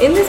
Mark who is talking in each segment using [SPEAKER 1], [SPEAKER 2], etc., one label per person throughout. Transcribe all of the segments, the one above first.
[SPEAKER 1] In this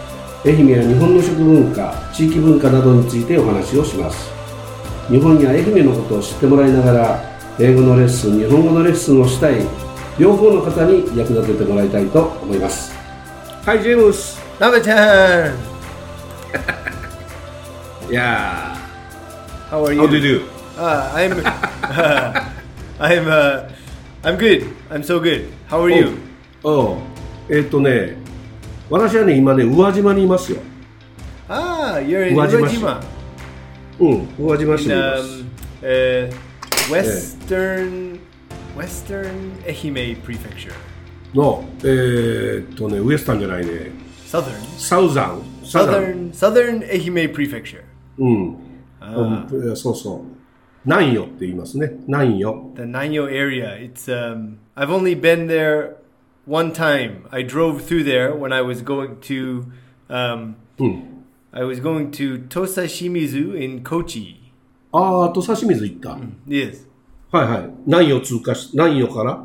[SPEAKER 2] 愛媛や日本の食文化地域文化などについてお話をします日本や愛媛のことを知ってもらいながら英語のレッスン日本語のレッスンをしたい両方の方に役立ててもらいたいと思いますはいジェームス
[SPEAKER 3] なべちゃん
[SPEAKER 2] いや
[SPEAKER 3] How are you?
[SPEAKER 2] How do you do?
[SPEAKER 3] Uh, I'm, I'm, uh, I'm good. I'm so good. How
[SPEAKER 2] Oh.
[SPEAKER 3] are you?
[SPEAKER 2] おうえっ、とね私はね今ね宇和島にいますよ
[SPEAKER 3] Ah, you're in
[SPEAKER 2] 宇和島
[SPEAKER 3] Uwajima.
[SPEAKER 2] うん宇和島市に
[SPEAKER 3] In
[SPEAKER 2] います、
[SPEAKER 3] um, uh, western, western Ehime Prefecture.
[SPEAKER 2] のえーっとねウエスタンじゃないね
[SPEAKER 3] Southern.
[SPEAKER 2] サウザンサザン
[SPEAKER 3] Southern, southern Ehime Prefecture.
[SPEAKER 2] うん、うんそうそう南予って言いますね南予
[SPEAKER 3] The Nanyo area. It's, um, I've only been there one time. I drove through there when I was going to, um,
[SPEAKER 2] うん、
[SPEAKER 3] I was going to Tosa Shimizu in Kochi.
[SPEAKER 2] ああと差し水行った、
[SPEAKER 3] Yes.
[SPEAKER 2] はいはい南予通過し南予からあ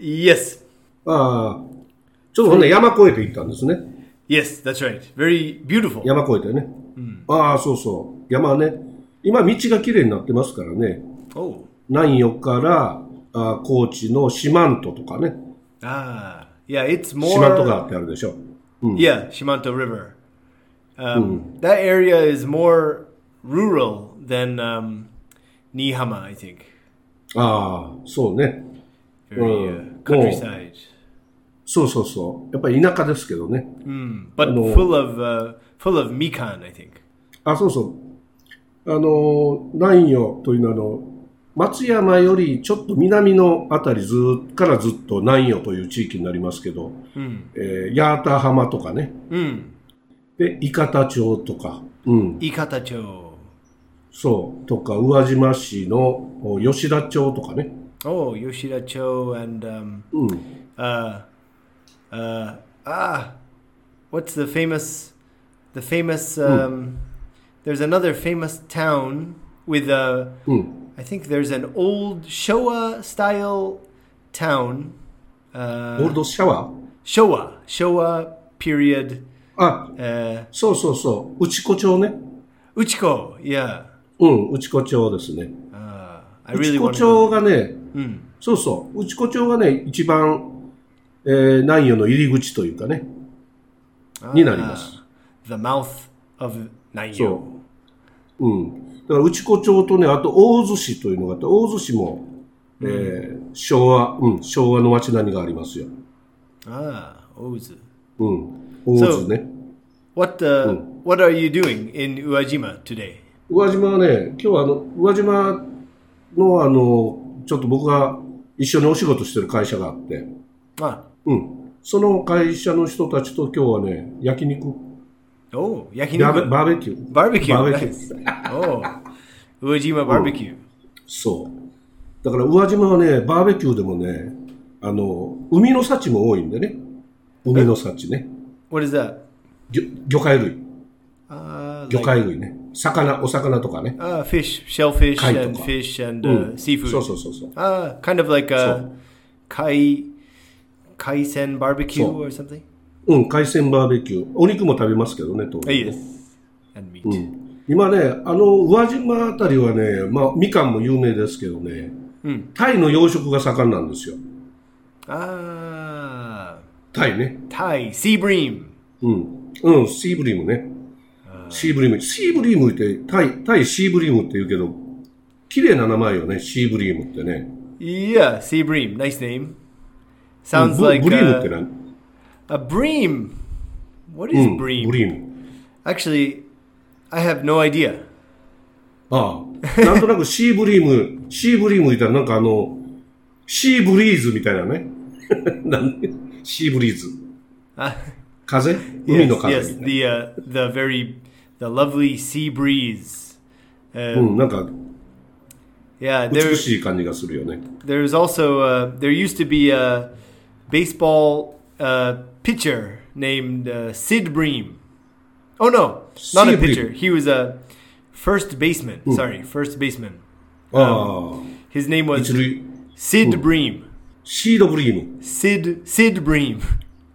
[SPEAKER 3] Yes.
[SPEAKER 2] あちょっとほんで山越えて行ったんですね
[SPEAKER 3] Yes, that's right. Very beautiful.
[SPEAKER 2] 山越えてね、ああそうそう山ね今道がきれいになってますからね
[SPEAKER 3] Oh.
[SPEAKER 2] 南予からあー高知の四万十とかね
[SPEAKER 3] Ah. Yeah, it's
[SPEAKER 2] 四
[SPEAKER 3] more
[SPEAKER 2] 万十川ってあるでしょ
[SPEAKER 3] Yeah, Shimanto River. Um, that area is more rural than um, Nihama, I think.
[SPEAKER 2] ああそうね
[SPEAKER 3] Very
[SPEAKER 2] Oh.
[SPEAKER 3] uh, countryside.
[SPEAKER 2] そうそうそうやっぱり田舎ですけどね
[SPEAKER 3] Mm, but
[SPEAKER 2] Oh.
[SPEAKER 3] full of uh, full of mikan, I think.
[SPEAKER 2] あ、そうそう。あの、南予というのは、あの、松山よりちょっと南のあたりずーからずっと南予という地域になりますけど、えー八幡浜とかね、
[SPEAKER 3] Mm.
[SPEAKER 2] で、伊方町とか、うん、
[SPEAKER 3] Ikatacho.
[SPEAKER 2] そう、とか、宇和島市のお吉田町とかね、
[SPEAKER 3] Oh, Yoshiracho and um,
[SPEAKER 2] うん、
[SPEAKER 3] uh, uh, ah, what's the famous, the famous, um, there's another famous town with a,
[SPEAKER 2] Mm.
[SPEAKER 3] I think there's an old Showa style town,
[SPEAKER 2] オール
[SPEAKER 3] uh,
[SPEAKER 2] ドシャワー、
[SPEAKER 3] Showa, Showa period,
[SPEAKER 2] あ、
[SPEAKER 3] uh,
[SPEAKER 2] そうそうそう、内子町ね、
[SPEAKER 3] Uchiko, yeah,
[SPEAKER 2] うん、内子町ですね。
[SPEAKER 3] uh, I
[SPEAKER 2] 内
[SPEAKER 3] really
[SPEAKER 2] 子
[SPEAKER 3] want to, go
[SPEAKER 2] 町
[SPEAKER 3] there.
[SPEAKER 2] がね、そうそう、内子町がね、一番、えー南予の入り口というかね、になります。
[SPEAKER 3] the mouth of Nanyo.
[SPEAKER 2] そううん。だから内子町とね、あと大洲市というのがあって、大洲市も、えー昭和、うん、昭和の街並みがありますよ。
[SPEAKER 3] Ah, Ozu.
[SPEAKER 2] うん。大洲ね。
[SPEAKER 3] What uh, what are you doing in Uajima today?
[SPEAKER 2] 宇和島はね、今日はあの、宇和島のあの、ちょっと僕が一緒にお仕事してる会社があって、
[SPEAKER 3] Ah,
[SPEAKER 2] うん。その会社の人たちと今日はね、焼肉、
[SPEAKER 3] oh,
[SPEAKER 2] バーベ
[SPEAKER 3] yakiniku
[SPEAKER 2] バーベキュー。
[SPEAKER 3] barbecue.
[SPEAKER 2] バーベキュー。
[SPEAKER 3] nice. oh, Uajima barbecue.
[SPEAKER 2] そう。だから宇和島はね、バーベキューでもね、あの、海の幸も多いんでね。海の幸ね。
[SPEAKER 3] What is that?
[SPEAKER 2] 魚魚介類。魚
[SPEAKER 3] Uh, like,
[SPEAKER 2] 介類ね。魚、お魚とかね。
[SPEAKER 3] uh, fish, shellfish,
[SPEAKER 2] Kai
[SPEAKER 3] and
[SPEAKER 2] toka.
[SPEAKER 3] fish and
[SPEAKER 2] うん
[SPEAKER 3] uh, seafood.
[SPEAKER 2] そうそうそうそう。
[SPEAKER 3] Ah, kind of like a kai kaisen barbecue
[SPEAKER 2] So.
[SPEAKER 3] or something.
[SPEAKER 2] うん、海鮮バーベキュー。お肉も食べますけどね、当
[SPEAKER 3] Ah,
[SPEAKER 2] 然ね、
[SPEAKER 3] yes, and meat.
[SPEAKER 2] 今ね、あの、宇和島あたりはね、まあ、みかんも有名ですけどね、タイの養殖が盛んなんですよ。
[SPEAKER 3] Ah,
[SPEAKER 2] タイね。
[SPEAKER 3] Thai sea bream.
[SPEAKER 2] うん。うん、シーブリームね。シーブリーム。シーブリームって、タイ、タイシーブリームって言うけど、綺麗な名前よね、シーブリームってね。
[SPEAKER 3] Yeah, sea bream. Nice name. Sounds
[SPEAKER 2] ブ
[SPEAKER 3] like
[SPEAKER 2] ブリー
[SPEAKER 3] uh,
[SPEAKER 2] ムって何
[SPEAKER 3] A bream. What
[SPEAKER 2] う
[SPEAKER 3] is
[SPEAKER 2] ん、ブ
[SPEAKER 3] bream?
[SPEAKER 2] リーム。
[SPEAKER 3] Actually, I have no idea.
[SPEAKER 2] ああ。なんとなく シーブリーム、シーブリーム言ったらなんかあの、シーブリーズみたいなね。 なんでシーブリーズ。風海の
[SPEAKER 3] Yes, yes
[SPEAKER 2] 風みたいな。
[SPEAKER 3] the uh, the very the lovely sea breeze.
[SPEAKER 2] うん、なんか
[SPEAKER 3] Yeah,
[SPEAKER 2] 美
[SPEAKER 3] there,
[SPEAKER 2] しい感じがするよね。
[SPEAKER 3] there's also uh, there used to be a baseball uh, pitcher named uh, Sid Bream. Oh no, not
[SPEAKER 2] Sid
[SPEAKER 3] a
[SPEAKER 2] Bream. Hmm.
[SPEAKER 3] pitcher. He was a first baseman. Sorry, first baseman.
[SPEAKER 2] あ
[SPEAKER 3] His name
[SPEAKER 2] あ、
[SPEAKER 3] was
[SPEAKER 2] 一塁、
[SPEAKER 3] Sid
[SPEAKER 2] Hmm.
[SPEAKER 3] Bream.
[SPEAKER 2] シードブリーム、
[SPEAKER 3] Sid Sid Bream.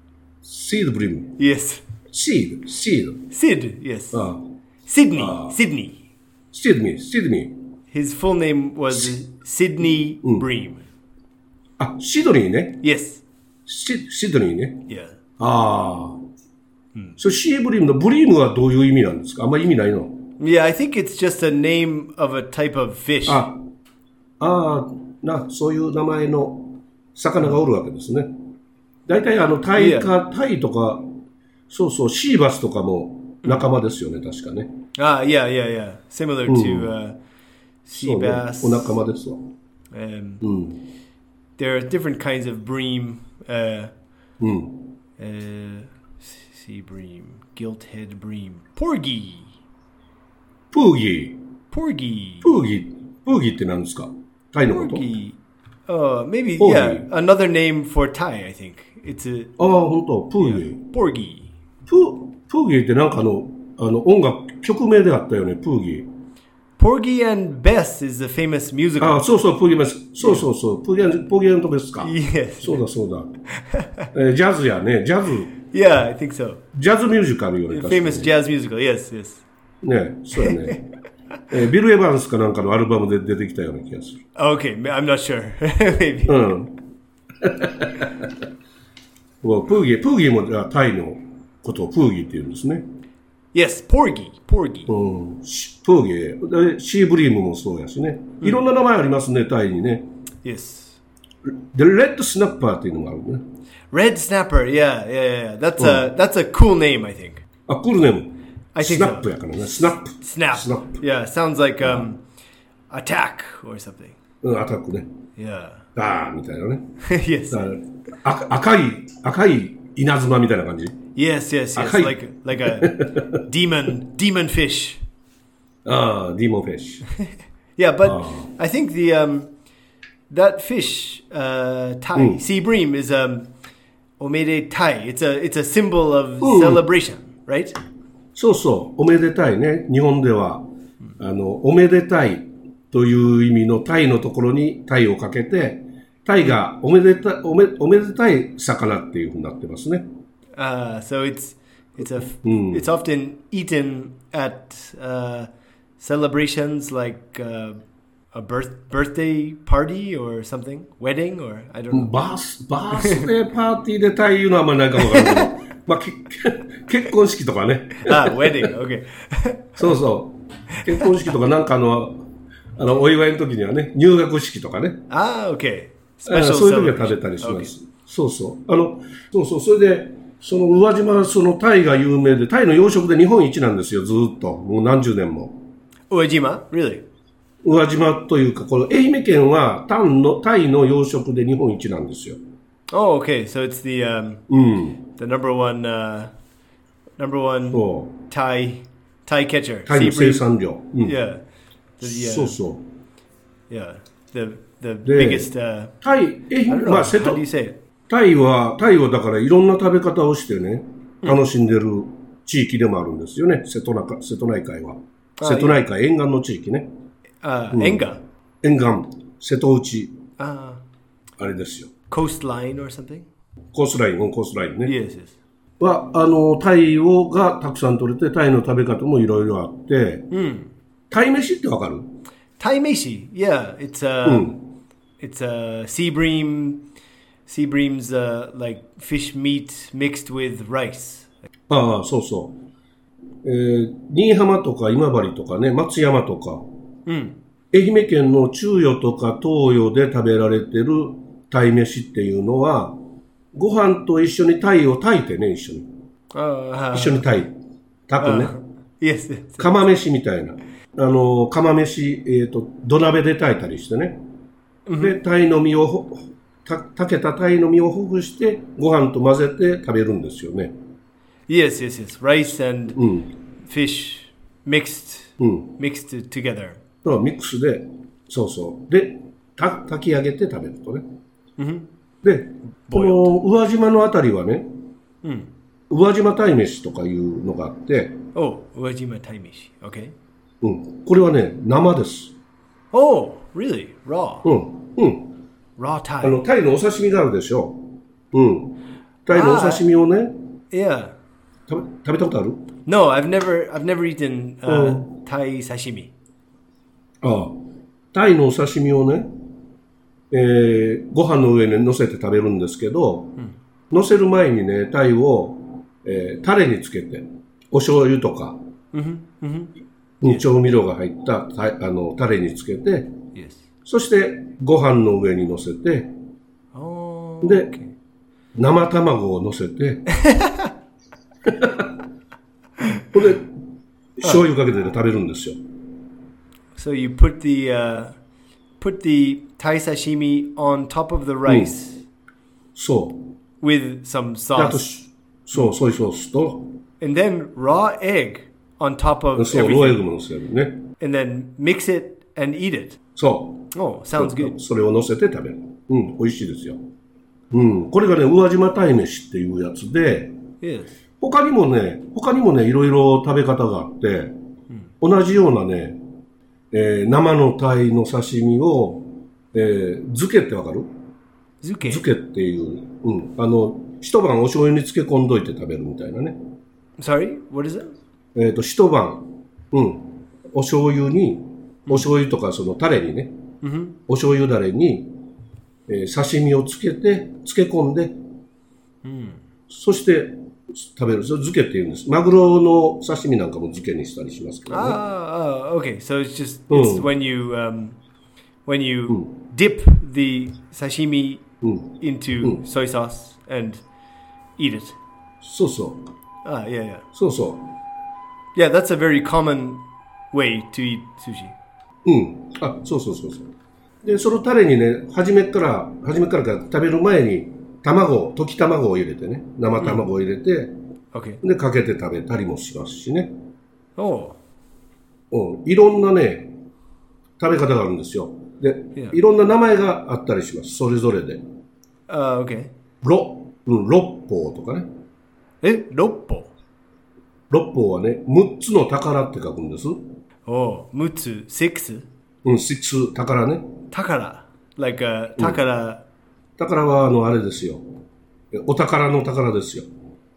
[SPEAKER 2] シードブリーム、
[SPEAKER 3] yes,
[SPEAKER 2] シード、シー
[SPEAKER 3] Sid. Yes,
[SPEAKER 2] ド、ああ、
[SPEAKER 3] Sydney.
[SPEAKER 2] Ah.
[SPEAKER 3] Sydney.
[SPEAKER 2] シードミー、シードミー、
[SPEAKER 3] His full name was Sydney Bream.
[SPEAKER 2] あ、シドニーね、
[SPEAKER 3] Yes.
[SPEAKER 2] シシドニーね、
[SPEAKER 3] Yeah.
[SPEAKER 2] ああ、それシーブリームのブリームはどういう意味なんですかあんまり意味ないの
[SPEAKER 3] Yeah, I think it's just a name of a type of fish.
[SPEAKER 2] あ、ああ、な、そういう名前の魚がおるわけですね。大体あの、タイか、タイとか、そうそう、シーバスとかも仲間ですよね、確かね。
[SPEAKER 3] Ah, yeah, yeah, yeah. Similar to uh, sea
[SPEAKER 2] そうね
[SPEAKER 3] bass.
[SPEAKER 2] お仲間ですわ。
[SPEAKER 3] Um,
[SPEAKER 2] うん。
[SPEAKER 3] There are different kinds of bream. Uh,
[SPEAKER 2] うん。
[SPEAKER 3] uh, sea bream, gilthead bream, porgy,
[SPEAKER 2] プーギー。
[SPEAKER 3] porgy,
[SPEAKER 2] プーギー、プーギーって何ですかタイのこと
[SPEAKER 3] porgy. Oh, maybe
[SPEAKER 2] Porgy.
[SPEAKER 3] yeah. Another name for Thai, I think. It's a
[SPEAKER 2] ああ、本当プーギー。
[SPEAKER 3] porgy.
[SPEAKER 2] プー、プーギーってなんかあの、あの、音楽、曲名であったよね、プーギー。
[SPEAKER 3] Porgy and Bess is a famous musical.
[SPEAKER 2] ああ、そうそう、プーギーです。そうそうそう、プーギー、プーギーのとこですか。
[SPEAKER 3] Yes.
[SPEAKER 2] そうだそうだ。 えージャズやね、ジャズ、
[SPEAKER 3] Yeah, I think so.
[SPEAKER 2] ジャズミュージカルよね、確かに
[SPEAKER 3] Famous jazz musical. Yes, yes.
[SPEAKER 2] ね、そうや ね。えービル・エヴァンスかなんかのアルバムで出てきたような気がする。
[SPEAKER 3] Okay, ma- I'm not sure. maybe.
[SPEAKER 2] うん。 もうプーギー、プーギーもじゃあタイのことをプーギーって言うんですね。
[SPEAKER 3] Yes, porgy, porgy.
[SPEAKER 2] Hmm. うん、しプーゲー、でシーブリームもそうやしね。いろんな名前ありますね、タイにね。
[SPEAKER 3] Yes.
[SPEAKER 2] で、レッドスナッパーっていうのがあるね。
[SPEAKER 3] Red snapper. Yeah, yeah, yeah, yeah. That's a that's a cool name, I think.
[SPEAKER 2] あ、クールネーム。
[SPEAKER 3] I
[SPEAKER 2] ス
[SPEAKER 3] think
[SPEAKER 2] ナッ
[SPEAKER 3] so.
[SPEAKER 2] プやからね、スナップ。
[SPEAKER 3] Snap.
[SPEAKER 2] Snap.
[SPEAKER 3] Yeah, sounds like um attack or something.
[SPEAKER 2] うん、アタックね。
[SPEAKER 3] Yeah.
[SPEAKER 2] ダーみたいなね。
[SPEAKER 3] yes.
[SPEAKER 2] だから赤赤い、赤い稲妻みたいな感じ。
[SPEAKER 3] Yes, yes, yes.
[SPEAKER 2] Hi.
[SPEAKER 3] Like like a demon demon fish.
[SPEAKER 2] ああ、ディーモンフェッシュ。
[SPEAKER 3] Yeah, but
[SPEAKER 2] Oh.
[SPEAKER 3] I think the um that fish uh Thai sea bream is um omede Thai. It's a it's a symbol of celebration, right?
[SPEAKER 2] そうそう、おめでたいね。日本では、あの、おめでたいという意味のタイのところにタイをかけて、タイがおめでたおめおめでたい魚っていうふうになってますね。
[SPEAKER 3] Uh, so it's it's a f- it's often eaten at uh, celebrations like uh, a birth birthday party or something, wedding or I don't know.
[SPEAKER 2] バース、バースデーパーティーでタイいうのはあんまりないかもわからないけ ど、まあ、け結婚式とかね。
[SPEAKER 3] ah, wedding. Okay.
[SPEAKER 2] そうそう。結婚式とかなんかあの、あの、お祝いの時にはね、入学式とかね。
[SPEAKER 3] ah, okay.
[SPEAKER 2] あ
[SPEAKER 3] Special
[SPEAKER 2] そういう時は食べたりします。そうそう。あの、そうそう。それで、その宇和島はそのタイが有名で、タイの養殖で日本一なんですよ、ずーっと。もう何十年も。
[SPEAKER 3] Okay. Uejima, Oh, really?
[SPEAKER 2] 宇和島というか、この愛媛県はタンの、タイの養殖で日本一なんですよ。
[SPEAKER 3] Oh, okay. So it's the um,
[SPEAKER 2] うん。
[SPEAKER 3] the number one uh, number one
[SPEAKER 2] そ
[SPEAKER 3] Thai Oh. Thai catcher.
[SPEAKER 2] う。タイ
[SPEAKER 3] sea
[SPEAKER 2] の生
[SPEAKER 3] bream.
[SPEAKER 2] 産量。うん。
[SPEAKER 3] Yeah. The, yeah.
[SPEAKER 2] そうそう。
[SPEAKER 3] Yeah. The the
[SPEAKER 2] Yeah.
[SPEAKER 3] biggest. Uh,
[SPEAKER 2] タイ、愛
[SPEAKER 3] I
[SPEAKER 2] 媛、
[SPEAKER 3] don't know.
[SPEAKER 2] まあ、瀬
[SPEAKER 3] how
[SPEAKER 2] 戸
[SPEAKER 3] do you、say it?
[SPEAKER 2] タイは、タイはだからいろんな食べ方をしてね、楽しんでる地域でもあるんですよね、瀬戸中瀬戸内海は。
[SPEAKER 3] あ
[SPEAKER 2] 瀬戸内海沿岸の地域ね。
[SPEAKER 3] Uh, Enga.
[SPEAKER 2] 沿岸、瀬戸内、
[SPEAKER 3] Uh,
[SPEAKER 2] あれですよ。
[SPEAKER 3] coastline or something?
[SPEAKER 2] コースライン、オンコースラインね。
[SPEAKER 3] Yes, yes.
[SPEAKER 2] は、あの、タイをがたくさん取れて、タイの食べ方もいろいろあって、タイ飯ってわかる
[SPEAKER 3] Thai Meishi. Yeah, it's uh, it's uh, sea bream, sea bream's uh, like fish meat mixed with rice.
[SPEAKER 2] ああ、そうそう。えー新居浜とか今治とかね、松山とか、愛媛県の中予とか東予で食べられてる鯛飯っていうのは、ご飯と一緒に鯛を炊いてね、一緒に。
[SPEAKER 3] Uh,
[SPEAKER 2] 一緒に鯛。炊くね。
[SPEAKER 3] yes, yes.
[SPEAKER 2] 釜飯みたいな。あの、釜飯、えっ、と、土鍋で炊いたりしてね。で、鯛の身をほ、た炊けた鯛の身をほぐして、ご飯と混ぜて食べるんですよね。
[SPEAKER 3] yes, yes, yes. Rice and
[SPEAKER 2] うん。
[SPEAKER 3] fish mixed
[SPEAKER 2] うん
[SPEAKER 3] mixed together.
[SPEAKER 2] そうミックスでそうそうでた炊き上げて食べるとね、でこの宇和島のあたりはね、宇和島鯛めしとかいうのがあって、
[SPEAKER 3] Oh, Uwajima Taimishi. Okay.
[SPEAKER 2] うん、これはね生です、
[SPEAKER 3] Oh, really? Raw.
[SPEAKER 2] うんうん、
[SPEAKER 3] Raw
[SPEAKER 2] あ
[SPEAKER 3] Thai.
[SPEAKER 2] の鯛のお刺身があるでしょうん鯛のお刺身をね
[SPEAKER 3] Yeah.
[SPEAKER 2] 食べ食べたことある
[SPEAKER 3] No, I've never I've never eaten uh,
[SPEAKER 2] Oh.
[SPEAKER 3] Thai sashimi.
[SPEAKER 2] ああ鯛のお刺身をね、えーご飯の上に乗せて食べるんですけど、乗せる前にね鯛を、えータレにつけてお醤油とか、うん調味料が入ったたあのタレにつけて
[SPEAKER 3] Yes.
[SPEAKER 2] そしてご飯の上に乗せて
[SPEAKER 3] Oh.
[SPEAKER 2] で、生卵を乗せて これ醤油かけて食べるんですよ
[SPEAKER 3] So you put the uh, put the Thai sashimi on top of the rice
[SPEAKER 2] そう
[SPEAKER 3] with some
[SPEAKER 2] であと
[SPEAKER 3] sauce,
[SPEAKER 2] しそうソイソースと
[SPEAKER 3] and then raw egg on top of
[SPEAKER 2] そう、ローエ
[SPEAKER 3] everything,
[SPEAKER 2] グも乗せるね。
[SPEAKER 3] and then mix it and eat it.
[SPEAKER 2] そう。
[SPEAKER 3] Oh, sounds good.
[SPEAKER 2] それを乗せて食べる。うん、美味しいですよ。うん、これがね、宇和島鯛めしっていうやつで、
[SPEAKER 3] Yes.
[SPEAKER 2] 他にもね、他にもね、いろいろ食べ方があって、同じようなね、えー生の鯛の刺身を、えー漬けってわかる
[SPEAKER 3] Zuke.
[SPEAKER 2] 漬けっていう、うん、あの、一晩お醤油に漬け込んどいて食べるみたいなね。
[SPEAKER 3] Sorry, what is it?
[SPEAKER 2] えっ、と、一晩、うん、お醤油に、お醤油とかそのタレにね、お醤油だれに、えー刺身をつけて、漬け込んで、そして食べる。それ漬けって言うんです。マグロの刺身なんかも漬けにしたりしますけどね。
[SPEAKER 3] Ah, oh, okay. So it's just it's
[SPEAKER 2] Mm.
[SPEAKER 3] when you um, when you dip the sashimi into soy sauce and eat it.
[SPEAKER 2] そうそう。
[SPEAKER 3] Ah, yeah, yeah,
[SPEAKER 2] そうそ
[SPEAKER 3] yeah. That's a very common way to eat sushi.
[SPEAKER 2] う。うん。あ、そうそうそうそう。で、そのタレにね、初めっから、初めからか食べる前に、卵、溶き卵を入れてね、生卵を入れて、
[SPEAKER 3] Okay.
[SPEAKER 2] で、かけて食べたりもしますしね。
[SPEAKER 3] Oh,
[SPEAKER 2] うん、いろんなね、食べ方があるんですよ。で、
[SPEAKER 3] Yeah.
[SPEAKER 2] いろんな名前があったりします。それぞれで。
[SPEAKER 3] uh, okay.
[SPEAKER 2] ろ、うん、六方とかね。
[SPEAKER 3] Eh, roppo.
[SPEAKER 2] 六方はね、六つの宝って書くんです。
[SPEAKER 3] Oh, mutsu six.
[SPEAKER 2] うん、six 宝ね。
[SPEAKER 3] Takara, like a takara,
[SPEAKER 2] 宝は、あの、あれですよ。えお宝の宝ですよ。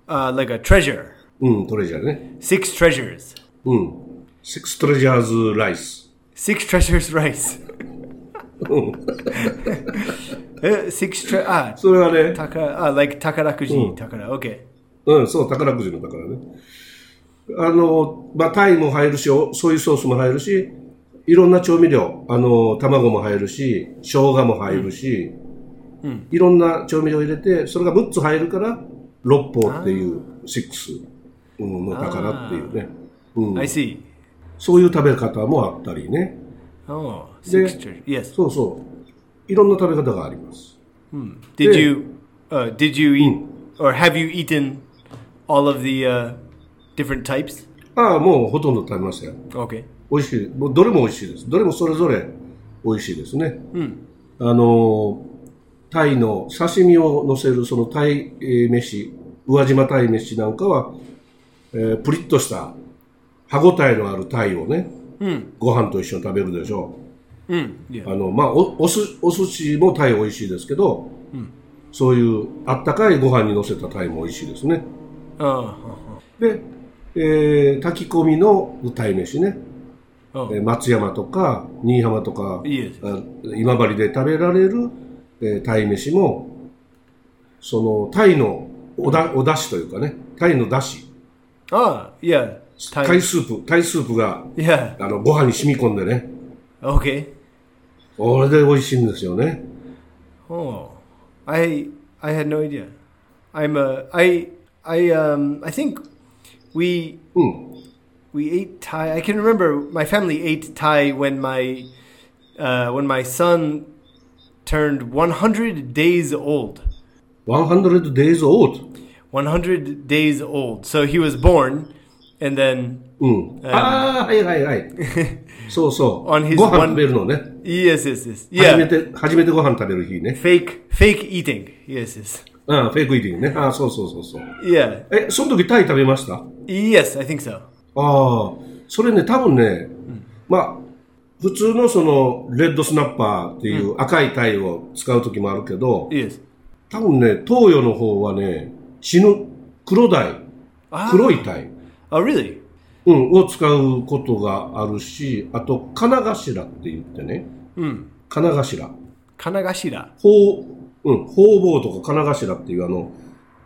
[SPEAKER 3] uh, like a treasure.
[SPEAKER 2] うん、トレジャーね。
[SPEAKER 3] Six treasures.
[SPEAKER 2] うん。six treasures rice。
[SPEAKER 3] Six treasures rice. Eh, Six tre- ah,
[SPEAKER 2] それはね、
[SPEAKER 3] taka- ah, like takarakuji, takara. Okay.
[SPEAKER 2] うん、そう、宝くじの宝ね。あの、まあ、タイも入るし、おソイソースも入るし、いろんな調味料、あの、卵も入るし、生姜も入るし、いろんな調味料入れて、それが6つ入るから、六方っていう、6の宝っていうね。うん、
[SPEAKER 3] I see.
[SPEAKER 2] そういう食べ方もあったりね。
[SPEAKER 3] Oh, six
[SPEAKER 2] The-
[SPEAKER 3] treasures. Yes.
[SPEAKER 2] そうそう。いろんな食べ方があります。
[SPEAKER 3] Did
[SPEAKER 2] the-
[SPEAKER 3] you, uh, did you eat, or have you eaten all of the uh, different types?
[SPEAKER 2] ああ、もうほとんど食べましたよ。
[SPEAKER 3] Okay.
[SPEAKER 2] 美味しい。もうどれも美味しいです。どれもそれぞれ美味しいですね。あの、タイの刺身を乗せるそのタイえー飯、宇和島タイ飯なんかは、えープリッとした歯ごたえのあるタイをね、ご飯と一緒に食べるでしょ
[SPEAKER 3] Mm, Hmm, yeah.
[SPEAKER 2] う。あの、まあ、お、おす、お寿司もタイ美味しいですけど、そういうあったかいご飯に乗せたタイも美味しいですね。
[SPEAKER 3] Oh, oh,
[SPEAKER 2] で、えー炊き込みの鯛飯ね、
[SPEAKER 3] うん
[SPEAKER 2] えー松山とか新居浜とか
[SPEAKER 3] いいです
[SPEAKER 2] あ今治で食べられる、えー鯛飯もその鯛のおだおだしというかね鯛のだし
[SPEAKER 3] oh. Ah, yeah. Thai-
[SPEAKER 2] 鯛スープ鯛スープが
[SPEAKER 3] Yeah.
[SPEAKER 2] あのご飯に染み込んでね
[SPEAKER 3] Okay.
[SPEAKER 2] これで美味しいんですよね
[SPEAKER 3] Oh, I I had no idea. I'm a I I um I think we
[SPEAKER 2] うん
[SPEAKER 3] we ate Thai. I can remember my family ate Thai when my uh, when my son turned 100 days old.
[SPEAKER 2] 100 days old
[SPEAKER 3] 100 days old. So he was born and then
[SPEAKER 2] うん。ああ、はいはい はい。そうそう。
[SPEAKER 3] On his
[SPEAKER 2] ご飯
[SPEAKER 3] one-
[SPEAKER 2] 食べるのね。
[SPEAKER 3] yes, yes, yes,
[SPEAKER 2] 初め
[SPEAKER 3] yeah,
[SPEAKER 2] て、初めてご飯食べる日ね。
[SPEAKER 3] fake, fake eating, yes, yes,
[SPEAKER 2] うん、フェイクイティングね。ああ、そうそうそうそう。
[SPEAKER 3] yeah,
[SPEAKER 2] え、その時タイ食べましたあ
[SPEAKER 3] yes, I think so.
[SPEAKER 2] あ、それね、多分ね、まあ、普通のその、レッドスナッパーっていう赤いタイを使う時もあるけど、
[SPEAKER 3] Yes.
[SPEAKER 2] 多分ね、東洋の方はね、死ぬ黒鯛、
[SPEAKER 3] Ah.
[SPEAKER 2] 黒い鯛、
[SPEAKER 3] Oh, really?
[SPEAKER 2] うん、を使うことがあるし、あと、金頭って言ってね、
[SPEAKER 3] Mm.
[SPEAKER 2] 金頭。
[SPEAKER 3] Kanagashira.
[SPEAKER 2] ほう、うん、ほうぼうとか金頭っていうあの、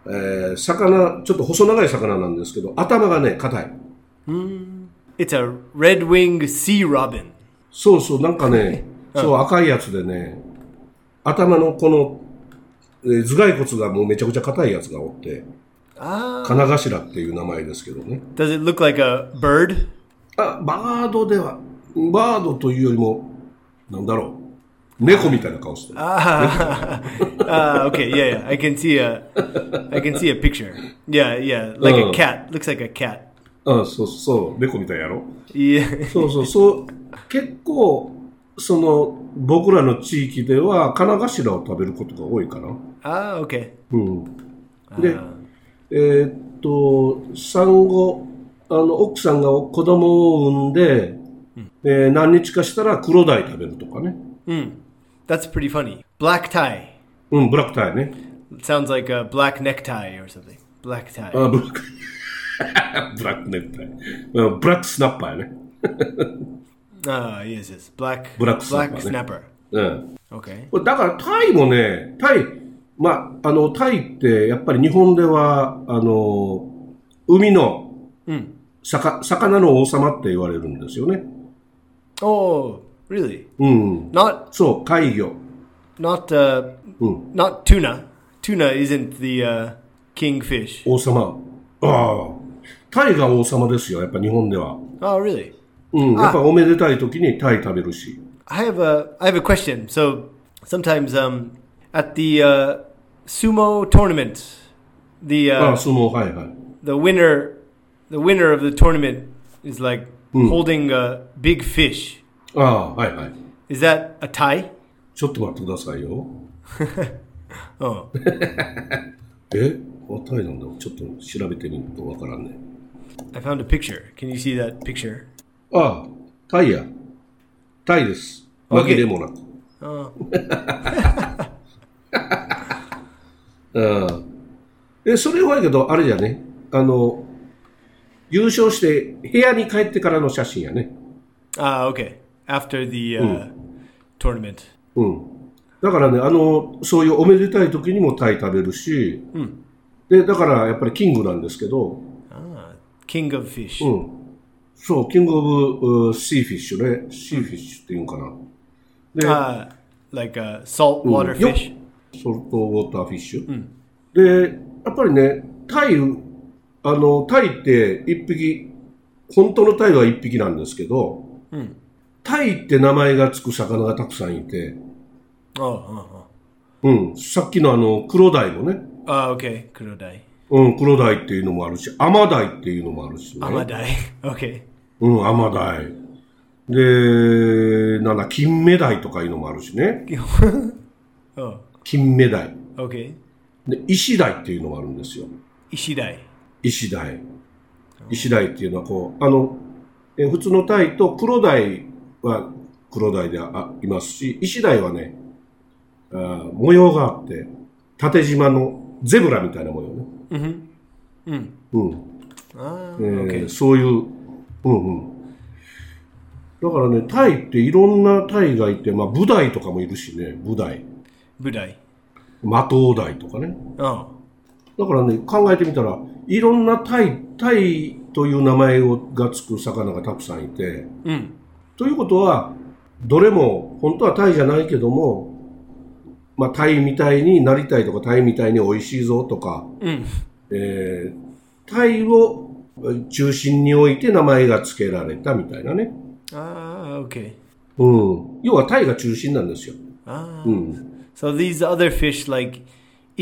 [SPEAKER 2] えー魚、ちょっと細長い魚なんですけど、頭がね、硬い。
[SPEAKER 3] It's a red winged sea robin.
[SPEAKER 2] そうそう、なんかね、そう、赤いやつでね、頭のこの、えー頭蓋骨がもうめちゃくちゃ硬いやつがおって、
[SPEAKER 3] Ah.
[SPEAKER 2] 金頭っていう名前ですけどね。
[SPEAKER 3] Does it look like a bird?
[SPEAKER 2] あ、バードでは、バードというよりも、なんだろう、猫みたいな顔 してる。
[SPEAKER 3] Ah, Ah, okay, yeah, yeah. I can see a, I can see a picture. Yeah, yeah, like a
[SPEAKER 2] Oh.
[SPEAKER 3] cat. Looks like a cat.
[SPEAKER 2] うん、そうそう、猫みたいやろ。
[SPEAKER 3] Yeah,
[SPEAKER 2] そうそう、そう、結構、その、僕らの地域では、金頭を食べることが多いかな。
[SPEAKER 3] ah, okay.
[SPEAKER 2] うん。で、えーっと、産後、あの、奥さんが子供を産んで、えー何日かしたら黒鯛食べるとかね。
[SPEAKER 3] That's pretty funny. Black tie.
[SPEAKER 2] うん、ブラックタイね。
[SPEAKER 3] It sounds like a black necktie or something. Black tie.
[SPEAKER 2] あブラック、 ブラックネクタイ。うんブラックスナッパーやね。
[SPEAKER 3] Ah, yes, yes. Black.
[SPEAKER 2] Black
[SPEAKER 3] black
[SPEAKER 2] snapper,
[SPEAKER 3] snapper.
[SPEAKER 2] うん。
[SPEAKER 3] Okay.
[SPEAKER 2] これだからタイもね、タイ、まあ、あの、タイってやっぱり日本では、あの、海の、魚魚の王様って言われるんですよね。
[SPEAKER 3] Oh, really?
[SPEAKER 2] うん。
[SPEAKER 3] Not,
[SPEAKER 2] そう、海魚。
[SPEAKER 3] not, uh,
[SPEAKER 2] うん。
[SPEAKER 3] not tuna. Tuna isn't the uh, kingfish.
[SPEAKER 2] 王様。ああ。タイが王様ですよ、やっぱ日本では。
[SPEAKER 3] Oh, really?
[SPEAKER 2] うん。やっぱおめでたい時にタイ食べるし。
[SPEAKER 3] I have a I have a question. So sometimes um, at the uh, sumo tournament, the
[SPEAKER 2] あ
[SPEAKER 3] uh,
[SPEAKER 2] あ、相撲、はいはい。
[SPEAKER 3] the winner the winner of the tournament is like holding a big fish.
[SPEAKER 2] ああ、はいはい。
[SPEAKER 3] Is that a tie?
[SPEAKER 2] ちょっと待ってくださいよ。
[SPEAKER 3] Oh,
[SPEAKER 2] えあタイなんだろう。ちょっと調べてみるとわからんね。
[SPEAKER 3] I found a picture. Can you see that picture?
[SPEAKER 2] ああ、タイや。タイです。
[SPEAKER 3] OK
[SPEAKER 2] 紛れもなく。 うん。え、それはやけど、あれじゃね。あの、優勝して部屋に帰ってからの写真やね。
[SPEAKER 3] Ah, okay. After the uh, tournament.
[SPEAKER 2] うん。だからね、あの、そういうおめでたい時にもタイ食べるし、で、だからやっぱりキングなんですけど、
[SPEAKER 3] Ah, king of fish.
[SPEAKER 2] そう、キングオブうーシーフィッシュね。シーフィッシュっていうんかな。で、
[SPEAKER 3] Ah, like a saltwater
[SPEAKER 2] Mm. Yup.
[SPEAKER 3] fish.
[SPEAKER 2] ソルトウォーターフィッシュ。で、やっぱりね、タイ、あの、タイって一匹、本当のタイは一匹なんですけど、タイって名前がつく魚がたくさんいて、
[SPEAKER 3] Oh, oh, oh.
[SPEAKER 2] うん、さっきのあの、黒鯛もね、
[SPEAKER 3] Ah, okay. Kurodai.
[SPEAKER 2] うん、黒鯛っていうのもあるし、甘鯛っていうのもあるしね。
[SPEAKER 3] Amadai. Okay.
[SPEAKER 2] うん、甘鯛。で、なんだ、金目鯛とかいうのもあるしね。
[SPEAKER 3] Oh,
[SPEAKER 2] 金目鯛。
[SPEAKER 3] okay.
[SPEAKER 2] で、石鯛っていうのもあるんですよ。
[SPEAKER 3] Ishidai.
[SPEAKER 2] 石鯛。石鯛っていうのはこう、あの、え普通の鯛と黒鯛は黒鯛であいますし、石鯛はね、あー模様があって、縦縞のゼブラみたいな模様ね。うん。うん。
[SPEAKER 3] Ah,
[SPEAKER 2] えー
[SPEAKER 3] okay.
[SPEAKER 2] そういう、うんうん。だからね、タイっていろんなタイがいて、まあ、ブダイとかもいるしね、ブダイ、
[SPEAKER 3] Budai.
[SPEAKER 2] マトウダイとかね。
[SPEAKER 3] Oh,
[SPEAKER 2] だからね、考えてみたら、いろんなタイ、タイという名前をがつく魚がたくさんいて、
[SPEAKER 3] うん
[SPEAKER 2] ということは、どれも、本当はタイじゃないけども、まあ、タイみたいになりたいとか、タイみたいに美味しいぞとか、
[SPEAKER 3] mm.
[SPEAKER 2] えータイを中心に置いて名前が付けられたみたいなね。
[SPEAKER 3] ah, okay.
[SPEAKER 2] うん。要はタイが中心なんですよ。
[SPEAKER 3] Ah,
[SPEAKER 2] うん。
[SPEAKER 3] so these other fish like
[SPEAKER 2] Mm.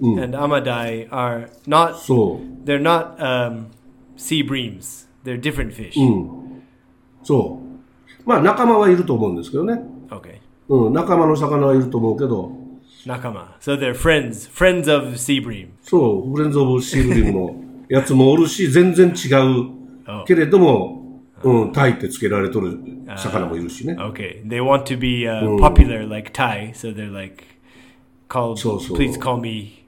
[SPEAKER 3] Ishidai and Amadai are not.
[SPEAKER 2] そう。
[SPEAKER 3] They're not. Um, sea breams. They're different fish.
[SPEAKER 2] うん。そう。まあ仲間はいると思うんですけどね。
[SPEAKER 3] Okay.
[SPEAKER 2] うん、仲間の魚はいると思うけど、
[SPEAKER 3] Nakama. So they're friends, friends of sea bream.
[SPEAKER 2] そう、フレンズ・オブ・シールリンのやつもおる し、全然違うけれども、うん、タイってつけられとる魚もいるしね。
[SPEAKER 3] Okay. They want to be uh,
[SPEAKER 2] Mm.
[SPEAKER 3] popular like Thai, so they're like, call,
[SPEAKER 2] So, so.
[SPEAKER 3] please call me,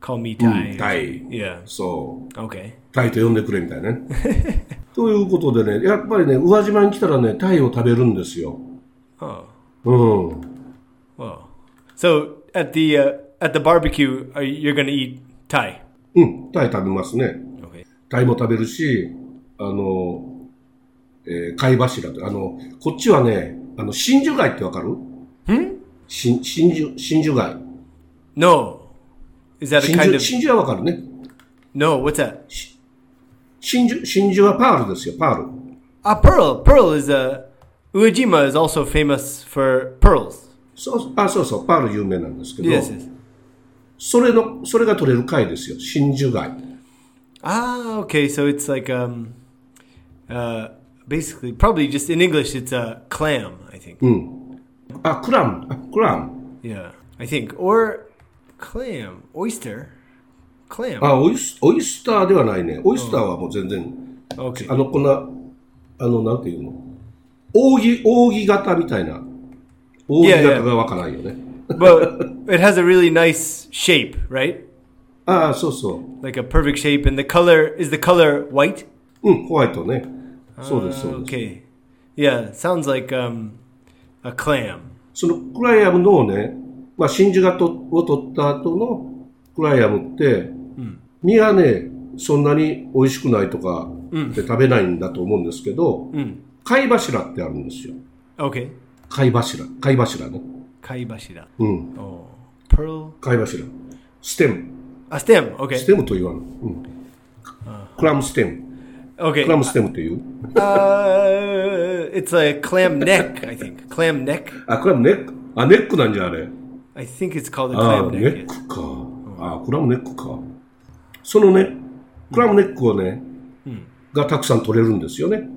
[SPEAKER 3] call me Thai. or
[SPEAKER 2] Thai.
[SPEAKER 3] something. Yeah.
[SPEAKER 2] そう。
[SPEAKER 3] Okay.
[SPEAKER 2] タイと呼んでくれみたいなね。 ということでね、やっぱりね、宇和島に来たらね、タイを食べるんですよ。
[SPEAKER 3] Oh.
[SPEAKER 2] うん。
[SPEAKER 3] Wow. So at the uh, at the barbecue, are, you- you're gonna eat Thai.
[SPEAKER 2] うん、タイ食べますね。
[SPEAKER 3] Okay.
[SPEAKER 2] タイも食べるし、あの、えー貝柱と、あの、こっちはね、あの、真珠貝ってわかるん真真珠、真珠貝。
[SPEAKER 3] No. Is that a
[SPEAKER 2] 真
[SPEAKER 3] kind
[SPEAKER 2] 珠、
[SPEAKER 3] of
[SPEAKER 2] 真珠はわかるね。
[SPEAKER 3] no? What's that?
[SPEAKER 2] 真珠、真珠はパールですよ、パール。
[SPEAKER 3] Ah, pearl. Pearl is a Uejima is also famous for pearls.
[SPEAKER 2] そう、あ、そうそう、パール有名なんですけど、
[SPEAKER 3] Yes. yes.
[SPEAKER 2] それの、それが取れる貝ですよ、真珠貝。
[SPEAKER 3] Ah, okay. So it's like um, uh, basically probably just in English it's a clam. I think.
[SPEAKER 2] あ、クラム、あ、クラム。
[SPEAKER 3] Yeah, I think or clam oyster, clam.
[SPEAKER 2] あ、オイス、オイスターではないね。オイスターはもう全然、
[SPEAKER 3] Okay.
[SPEAKER 2] あの、こんな、あの、なんていうの扇、扇形みたいな。扇
[SPEAKER 3] やいや
[SPEAKER 2] 形がわからないよね。
[SPEAKER 3] but it has a really nice shape, right?
[SPEAKER 2] ああ、そうそ
[SPEAKER 3] Like a perfect shape, and the color is the color white.
[SPEAKER 2] う。うん、ホワイトね。そうです、そうです。
[SPEAKER 3] Okay, yeah, sounds like um, a clam.
[SPEAKER 2] そのクライアムのね、まあ、真珠がとを取った後のクライアムって、身はね、そんなに美味しくないとかって食べないんだと思うんですけど、貝柱ってあるんですよ。
[SPEAKER 3] Okay,
[SPEAKER 2] 貝柱。貝柱ね。
[SPEAKER 3] kaibashira.
[SPEAKER 2] うん。
[SPEAKER 3] Oh, pearl.
[SPEAKER 2] 貝柱。ステム。
[SPEAKER 3] A stem. Okay.
[SPEAKER 2] ステムと言わん。うん。クラムステム。
[SPEAKER 3] Okay.
[SPEAKER 2] クラムステムっていう。
[SPEAKER 3] Uh, it's a clam neck, I think. Clam neck.
[SPEAKER 2] あ、クラムネック。あ、ネックなんじゃあれ。
[SPEAKER 3] I think it's called a
[SPEAKER 2] あ
[SPEAKER 3] clam
[SPEAKER 2] ネッ
[SPEAKER 3] neck.
[SPEAKER 2] クか。あクラムネックか。そのね、クラムネックをね、がたくさん取れるんですよね。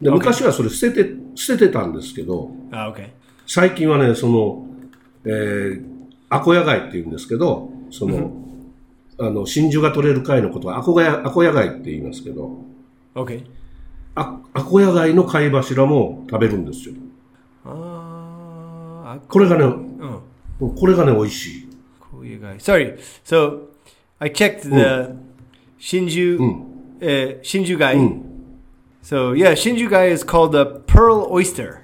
[SPEAKER 2] で、昔はそれ捨てて、捨ててたんですけど、
[SPEAKER 3] Ah, okay.
[SPEAKER 2] 最近はね、その、えー、アコヤ貝って言うんですけど、その、あの、真珠が取れる貝のことはアコヤ、アコヤ貝って言いますけど、
[SPEAKER 3] Okay.
[SPEAKER 2] あアコヤ貝の貝柱も食べるんですよ。
[SPEAKER 3] Uh,
[SPEAKER 2] これがね、
[SPEAKER 3] Ah, oh.
[SPEAKER 2] これがね、美味しい。
[SPEAKER 3] Cool, you guys. Sorry. So I checked the Shinju uh, Shinju guy.
[SPEAKER 2] Mm.
[SPEAKER 3] So yeah, Shinju guy is called a pearl oyster.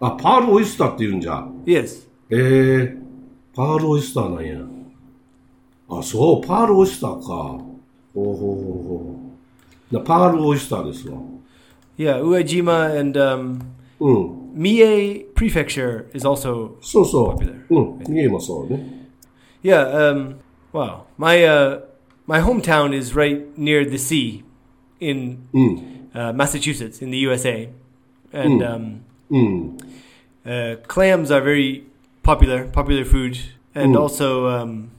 [SPEAKER 2] あ、パールオイスターって言うんじゃ。
[SPEAKER 3] Yes.
[SPEAKER 2] えー、パールオイスターなんや。あ、そう、パールオイスターか。ほうほうほうほう。なパールオイスターですわ。
[SPEAKER 3] Yeah, Uejima and um,
[SPEAKER 2] うん。
[SPEAKER 3] Mie Prefecture is also
[SPEAKER 2] そうそ
[SPEAKER 3] Popular.
[SPEAKER 2] う。うん。見えますわね。
[SPEAKER 3] yeah. Um, wow, my uh, my hometown is right near the sea in
[SPEAKER 2] うん。
[SPEAKER 3] uh, Massachusetts in the USA, and um,
[SPEAKER 2] うん。
[SPEAKER 3] Uh, clams are very popular, popular food, and also um,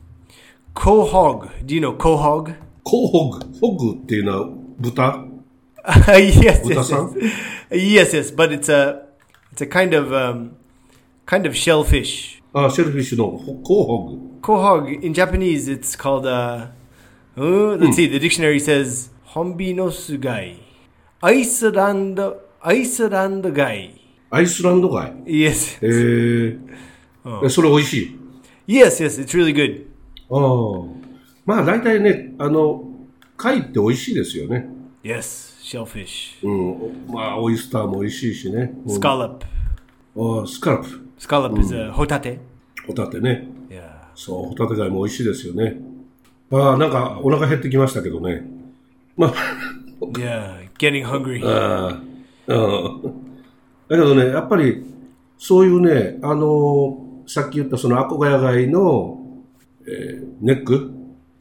[SPEAKER 3] quahog. Do you know quahog?
[SPEAKER 2] コーホグ。ホグっていうのは豚
[SPEAKER 3] yes, yes,
[SPEAKER 2] Utasan?
[SPEAKER 3] yes, yes, yes. But it's a it's a kind of um, kind of shellfish.
[SPEAKER 2] あ、シェルフィッシュのほコーホグ。
[SPEAKER 3] Quahog in Japanese, it's called. Uh, uh, let's see. The dictionary says hombi no sugai, Iceland, Iceland guy.
[SPEAKER 2] アイスランド貝。
[SPEAKER 3] Yes,
[SPEAKER 2] えー、えそれ美味しい。
[SPEAKER 3] yes, yes. It's really good.
[SPEAKER 2] ああ。まあ大体ね、あの、貝って美味しいですよね。
[SPEAKER 3] Yes, shellfish,
[SPEAKER 2] うん。まあ、オイスターも美味しいしね。うん
[SPEAKER 3] scallop.
[SPEAKER 2] ああスカルプ。
[SPEAKER 3] Scallop is a hotate.
[SPEAKER 2] ホタテね。
[SPEAKER 3] Yeah.
[SPEAKER 2] そう、ホタテ貝も美味しいですよね。ああ、なんかお腹減ってきましたけどね。まあ、
[SPEAKER 3] Yeah. Getting hungry.
[SPEAKER 2] うん。だけどね、やっぱり、そういうね、あのーさっき言ったそのアコガヤ貝の、えーネック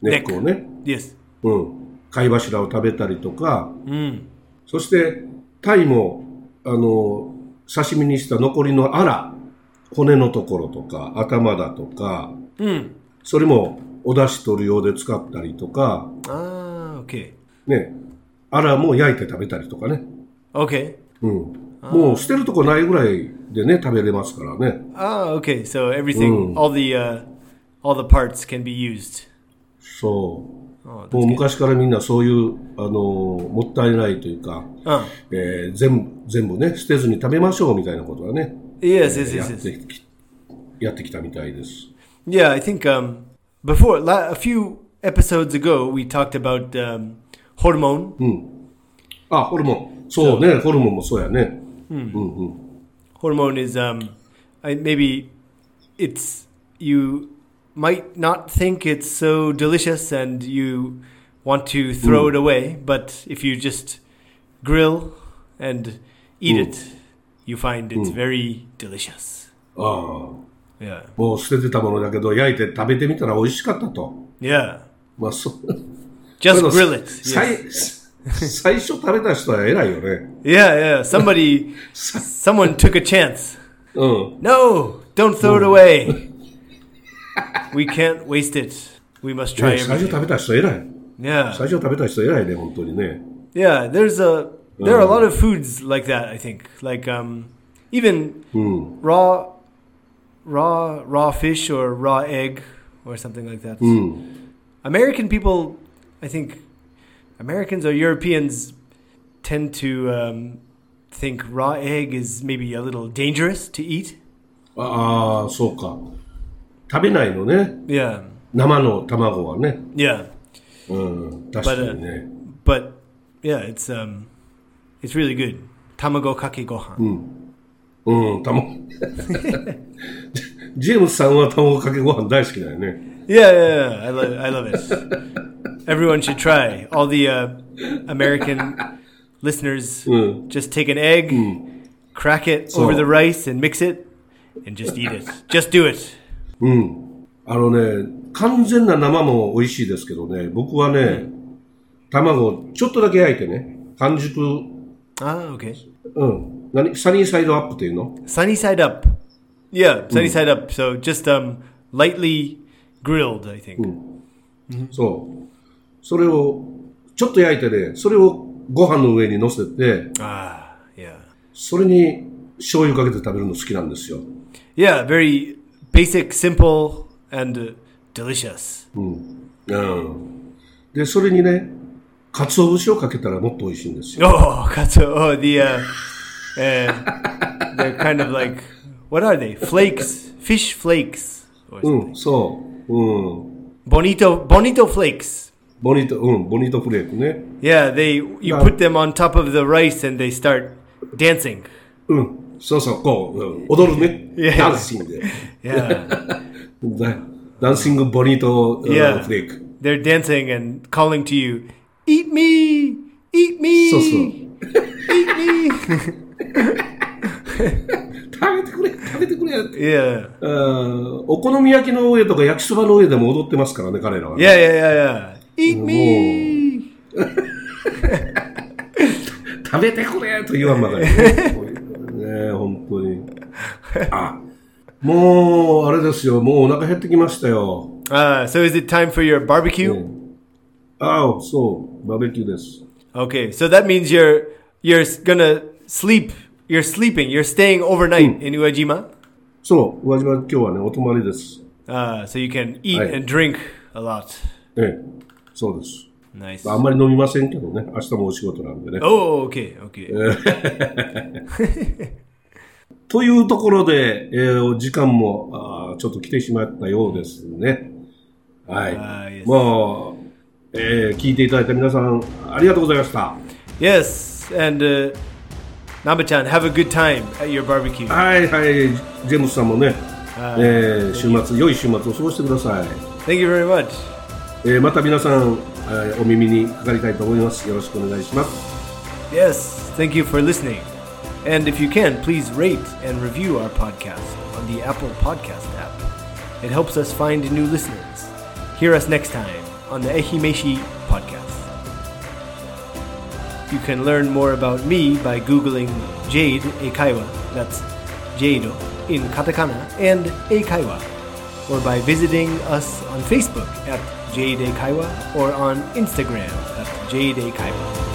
[SPEAKER 2] ネックをね、
[SPEAKER 3] yes.
[SPEAKER 2] うん。貝柱を食べたりとか、
[SPEAKER 3] Hmm.
[SPEAKER 2] そして、タイも、あのー刺身にした残りのアラ、骨のところとか、頭だとか、それもお出汁取るようで使ったりとか、
[SPEAKER 3] Ah, okay.
[SPEAKER 2] ね、アラも焼いて食べたりとかね。
[SPEAKER 3] Okay.
[SPEAKER 2] うん。もう捨てるとこないぐらいでね、食べれますからね。
[SPEAKER 3] Ah, okay. So everything, all the uh, all the parts can be used.
[SPEAKER 2] そう。
[SPEAKER 3] Oh,
[SPEAKER 2] もう昔からみんなそういう、あのーもったいないというか、
[SPEAKER 3] Ah,
[SPEAKER 2] えー全部、全部ね、捨てずに食べましょうみたいなことはね、
[SPEAKER 3] yes, yes,
[SPEAKER 2] や
[SPEAKER 3] yes,
[SPEAKER 2] って
[SPEAKER 3] yes.
[SPEAKER 2] き、やってきたみたいです。
[SPEAKER 3] Yeah, I think um, before la- a few episodes ago, we talked about um, hormone.
[SPEAKER 2] あ、ホルモン。そうね、ホルモンもそうやね。
[SPEAKER 3] Hormone is um, I, maybe it's you might not think it's so delicious and you want to throw it away, but if you just grill and eat it, you find it's very delicious.
[SPEAKER 2] ああ、
[SPEAKER 3] Yeah,
[SPEAKER 2] もう捨ててたものだけど、焼いて食べてみたら美味しかったと。
[SPEAKER 3] yeah.
[SPEAKER 2] まあ、そう。
[SPEAKER 3] Just
[SPEAKER 2] それの
[SPEAKER 3] grill it. yes.
[SPEAKER 2] 最、最初食べた人は偉いよね。
[SPEAKER 3] Yeah, yeah. Somebody, someone took a chance.
[SPEAKER 2] うん。
[SPEAKER 3] No, don't throw it away. we can't waste it. We must try
[SPEAKER 2] ね最初
[SPEAKER 3] everything.
[SPEAKER 2] 食べた人偉い。
[SPEAKER 3] Yeah,
[SPEAKER 2] 最初食べた人偉いね、本当にね。
[SPEAKER 3] yeah. There's a there are a lot of foods like that. I think like um, even raw, raw, raw fish or raw egg or something like that.
[SPEAKER 2] Mm.
[SPEAKER 3] American people, I think, Americans or Europeans tend to um, think raw egg is maybe a little dangerous to eat.
[SPEAKER 2] ああ、そうか。食べないのね。
[SPEAKER 3] Yeah,
[SPEAKER 2] 生の卵はね。
[SPEAKER 3] yeah.
[SPEAKER 2] うん。確かにね。
[SPEAKER 3] but yeah, it's um, it's really good. Tamago kake gohan.
[SPEAKER 2] うん、卵。 ジェームスさんは卵かけご飯大好きだよね。
[SPEAKER 3] Yeah, yeah, yeah. I love, I love it. Everyone should try. All the uh, American listeners just take an egg, crack it over
[SPEAKER 2] So-
[SPEAKER 3] the rice, and mix it, and just eat it. Just do it.
[SPEAKER 2] あのね、完全な生も美味しいですけどね、僕はね、卵をちょっとだけ焼いてね、半熟、
[SPEAKER 3] Ah, okay.
[SPEAKER 2] うん。何サニーサイドアップっていうの
[SPEAKER 3] Sunny side up. Yeah, sunny side up. So just um, lightly grilled, I think.
[SPEAKER 2] そう。それを、ちょっと焼いてね、それをご飯の上に乗せて、
[SPEAKER 3] Ah, yeah.
[SPEAKER 2] それに醤油かけて食べるの好きなんですよ。
[SPEAKER 3] Yeah, very basic, simple, and uh, delicious.
[SPEAKER 2] うん。で、それにね、鰹節をかけたらもっと美味しいんですよ。
[SPEAKER 3] Oh, katsu. Oh, the uh, uh, they're kind of like what are they? Flakes, fish flakes, or
[SPEAKER 2] うん、そう。うん。
[SPEAKER 3] bonito bonito flakes.
[SPEAKER 2] ボニート、うん、ボニートフレークね。
[SPEAKER 3] Yeah, they you
[SPEAKER 2] No.
[SPEAKER 3] put them on top of the rice and they start dancing.
[SPEAKER 2] うん。そうそう、こう、うん踊る
[SPEAKER 3] いや
[SPEAKER 2] ね。ダンシングで。
[SPEAKER 3] Yeah,
[SPEAKER 2] ダダンシングボニートうん
[SPEAKER 3] Yeah.
[SPEAKER 2] フレーク。
[SPEAKER 3] they're dancing and calling to you, "Eat me, eat me,
[SPEAKER 2] そうそう。
[SPEAKER 3] eat me."
[SPEAKER 2] 食べてくれ、食べてくれ。
[SPEAKER 3] yeah,
[SPEAKER 2] うんお好み焼きの上とか焼きそばの上でも踊ってますからね、彼らはね、
[SPEAKER 3] yeah, yeah, yeah, yeah. Eat me.
[SPEAKER 2] 食べてくれと言わんばかり ね。ねえ本当に。あ、もう、あれですよ。もうお腹減ってきましたよ。
[SPEAKER 3] Ah, so is it time for your barbecue?
[SPEAKER 2] ああ、そう。バーベキューです。
[SPEAKER 3] Okay, so that means you're you're s- gonna sleep. You're sleeping. You're staying overnight in Uejima,
[SPEAKER 2] そう。宇和島、今日はね、お泊まりです。
[SPEAKER 3] uh, so you can eat
[SPEAKER 2] Right.
[SPEAKER 3] and drink a lot.
[SPEAKER 2] ええ、そうです。
[SPEAKER 3] Nice.
[SPEAKER 2] あんまり飲みませんけどね。明日もお仕事なんでね。
[SPEAKER 3] Oh, okay, okay.
[SPEAKER 2] というところで、えーお時間もあーちょっと来てしまったようですね。はい。
[SPEAKER 3] あーいいです
[SPEAKER 2] もう、えー聞いていただいた皆さん、ありがとうございました。
[SPEAKER 3] Yes, and uh, Nabachan, have a good time at your barbecue.
[SPEAKER 2] はいはい、ジェームスさんもね、えー週末、良い週末を過ごしてください。
[SPEAKER 3] Thank you very much.
[SPEAKER 2] えーまた皆さん、えーお耳にかかりたいと思います。よろしくお願いします。
[SPEAKER 3] Yes, thank you for listening. And if you can, please rate and review our podcast on the Apple Podcast app. It helps us find new listeners. Hear us next time on the Ehimeshi podcast. You can learn more about me by Googling Jade Eikaiwa, that's Jade in katakana, and Eikaiwa, or by visiting us on Facebook at Jade Eikaiwa or on Instagram at Jade Eikaiwa.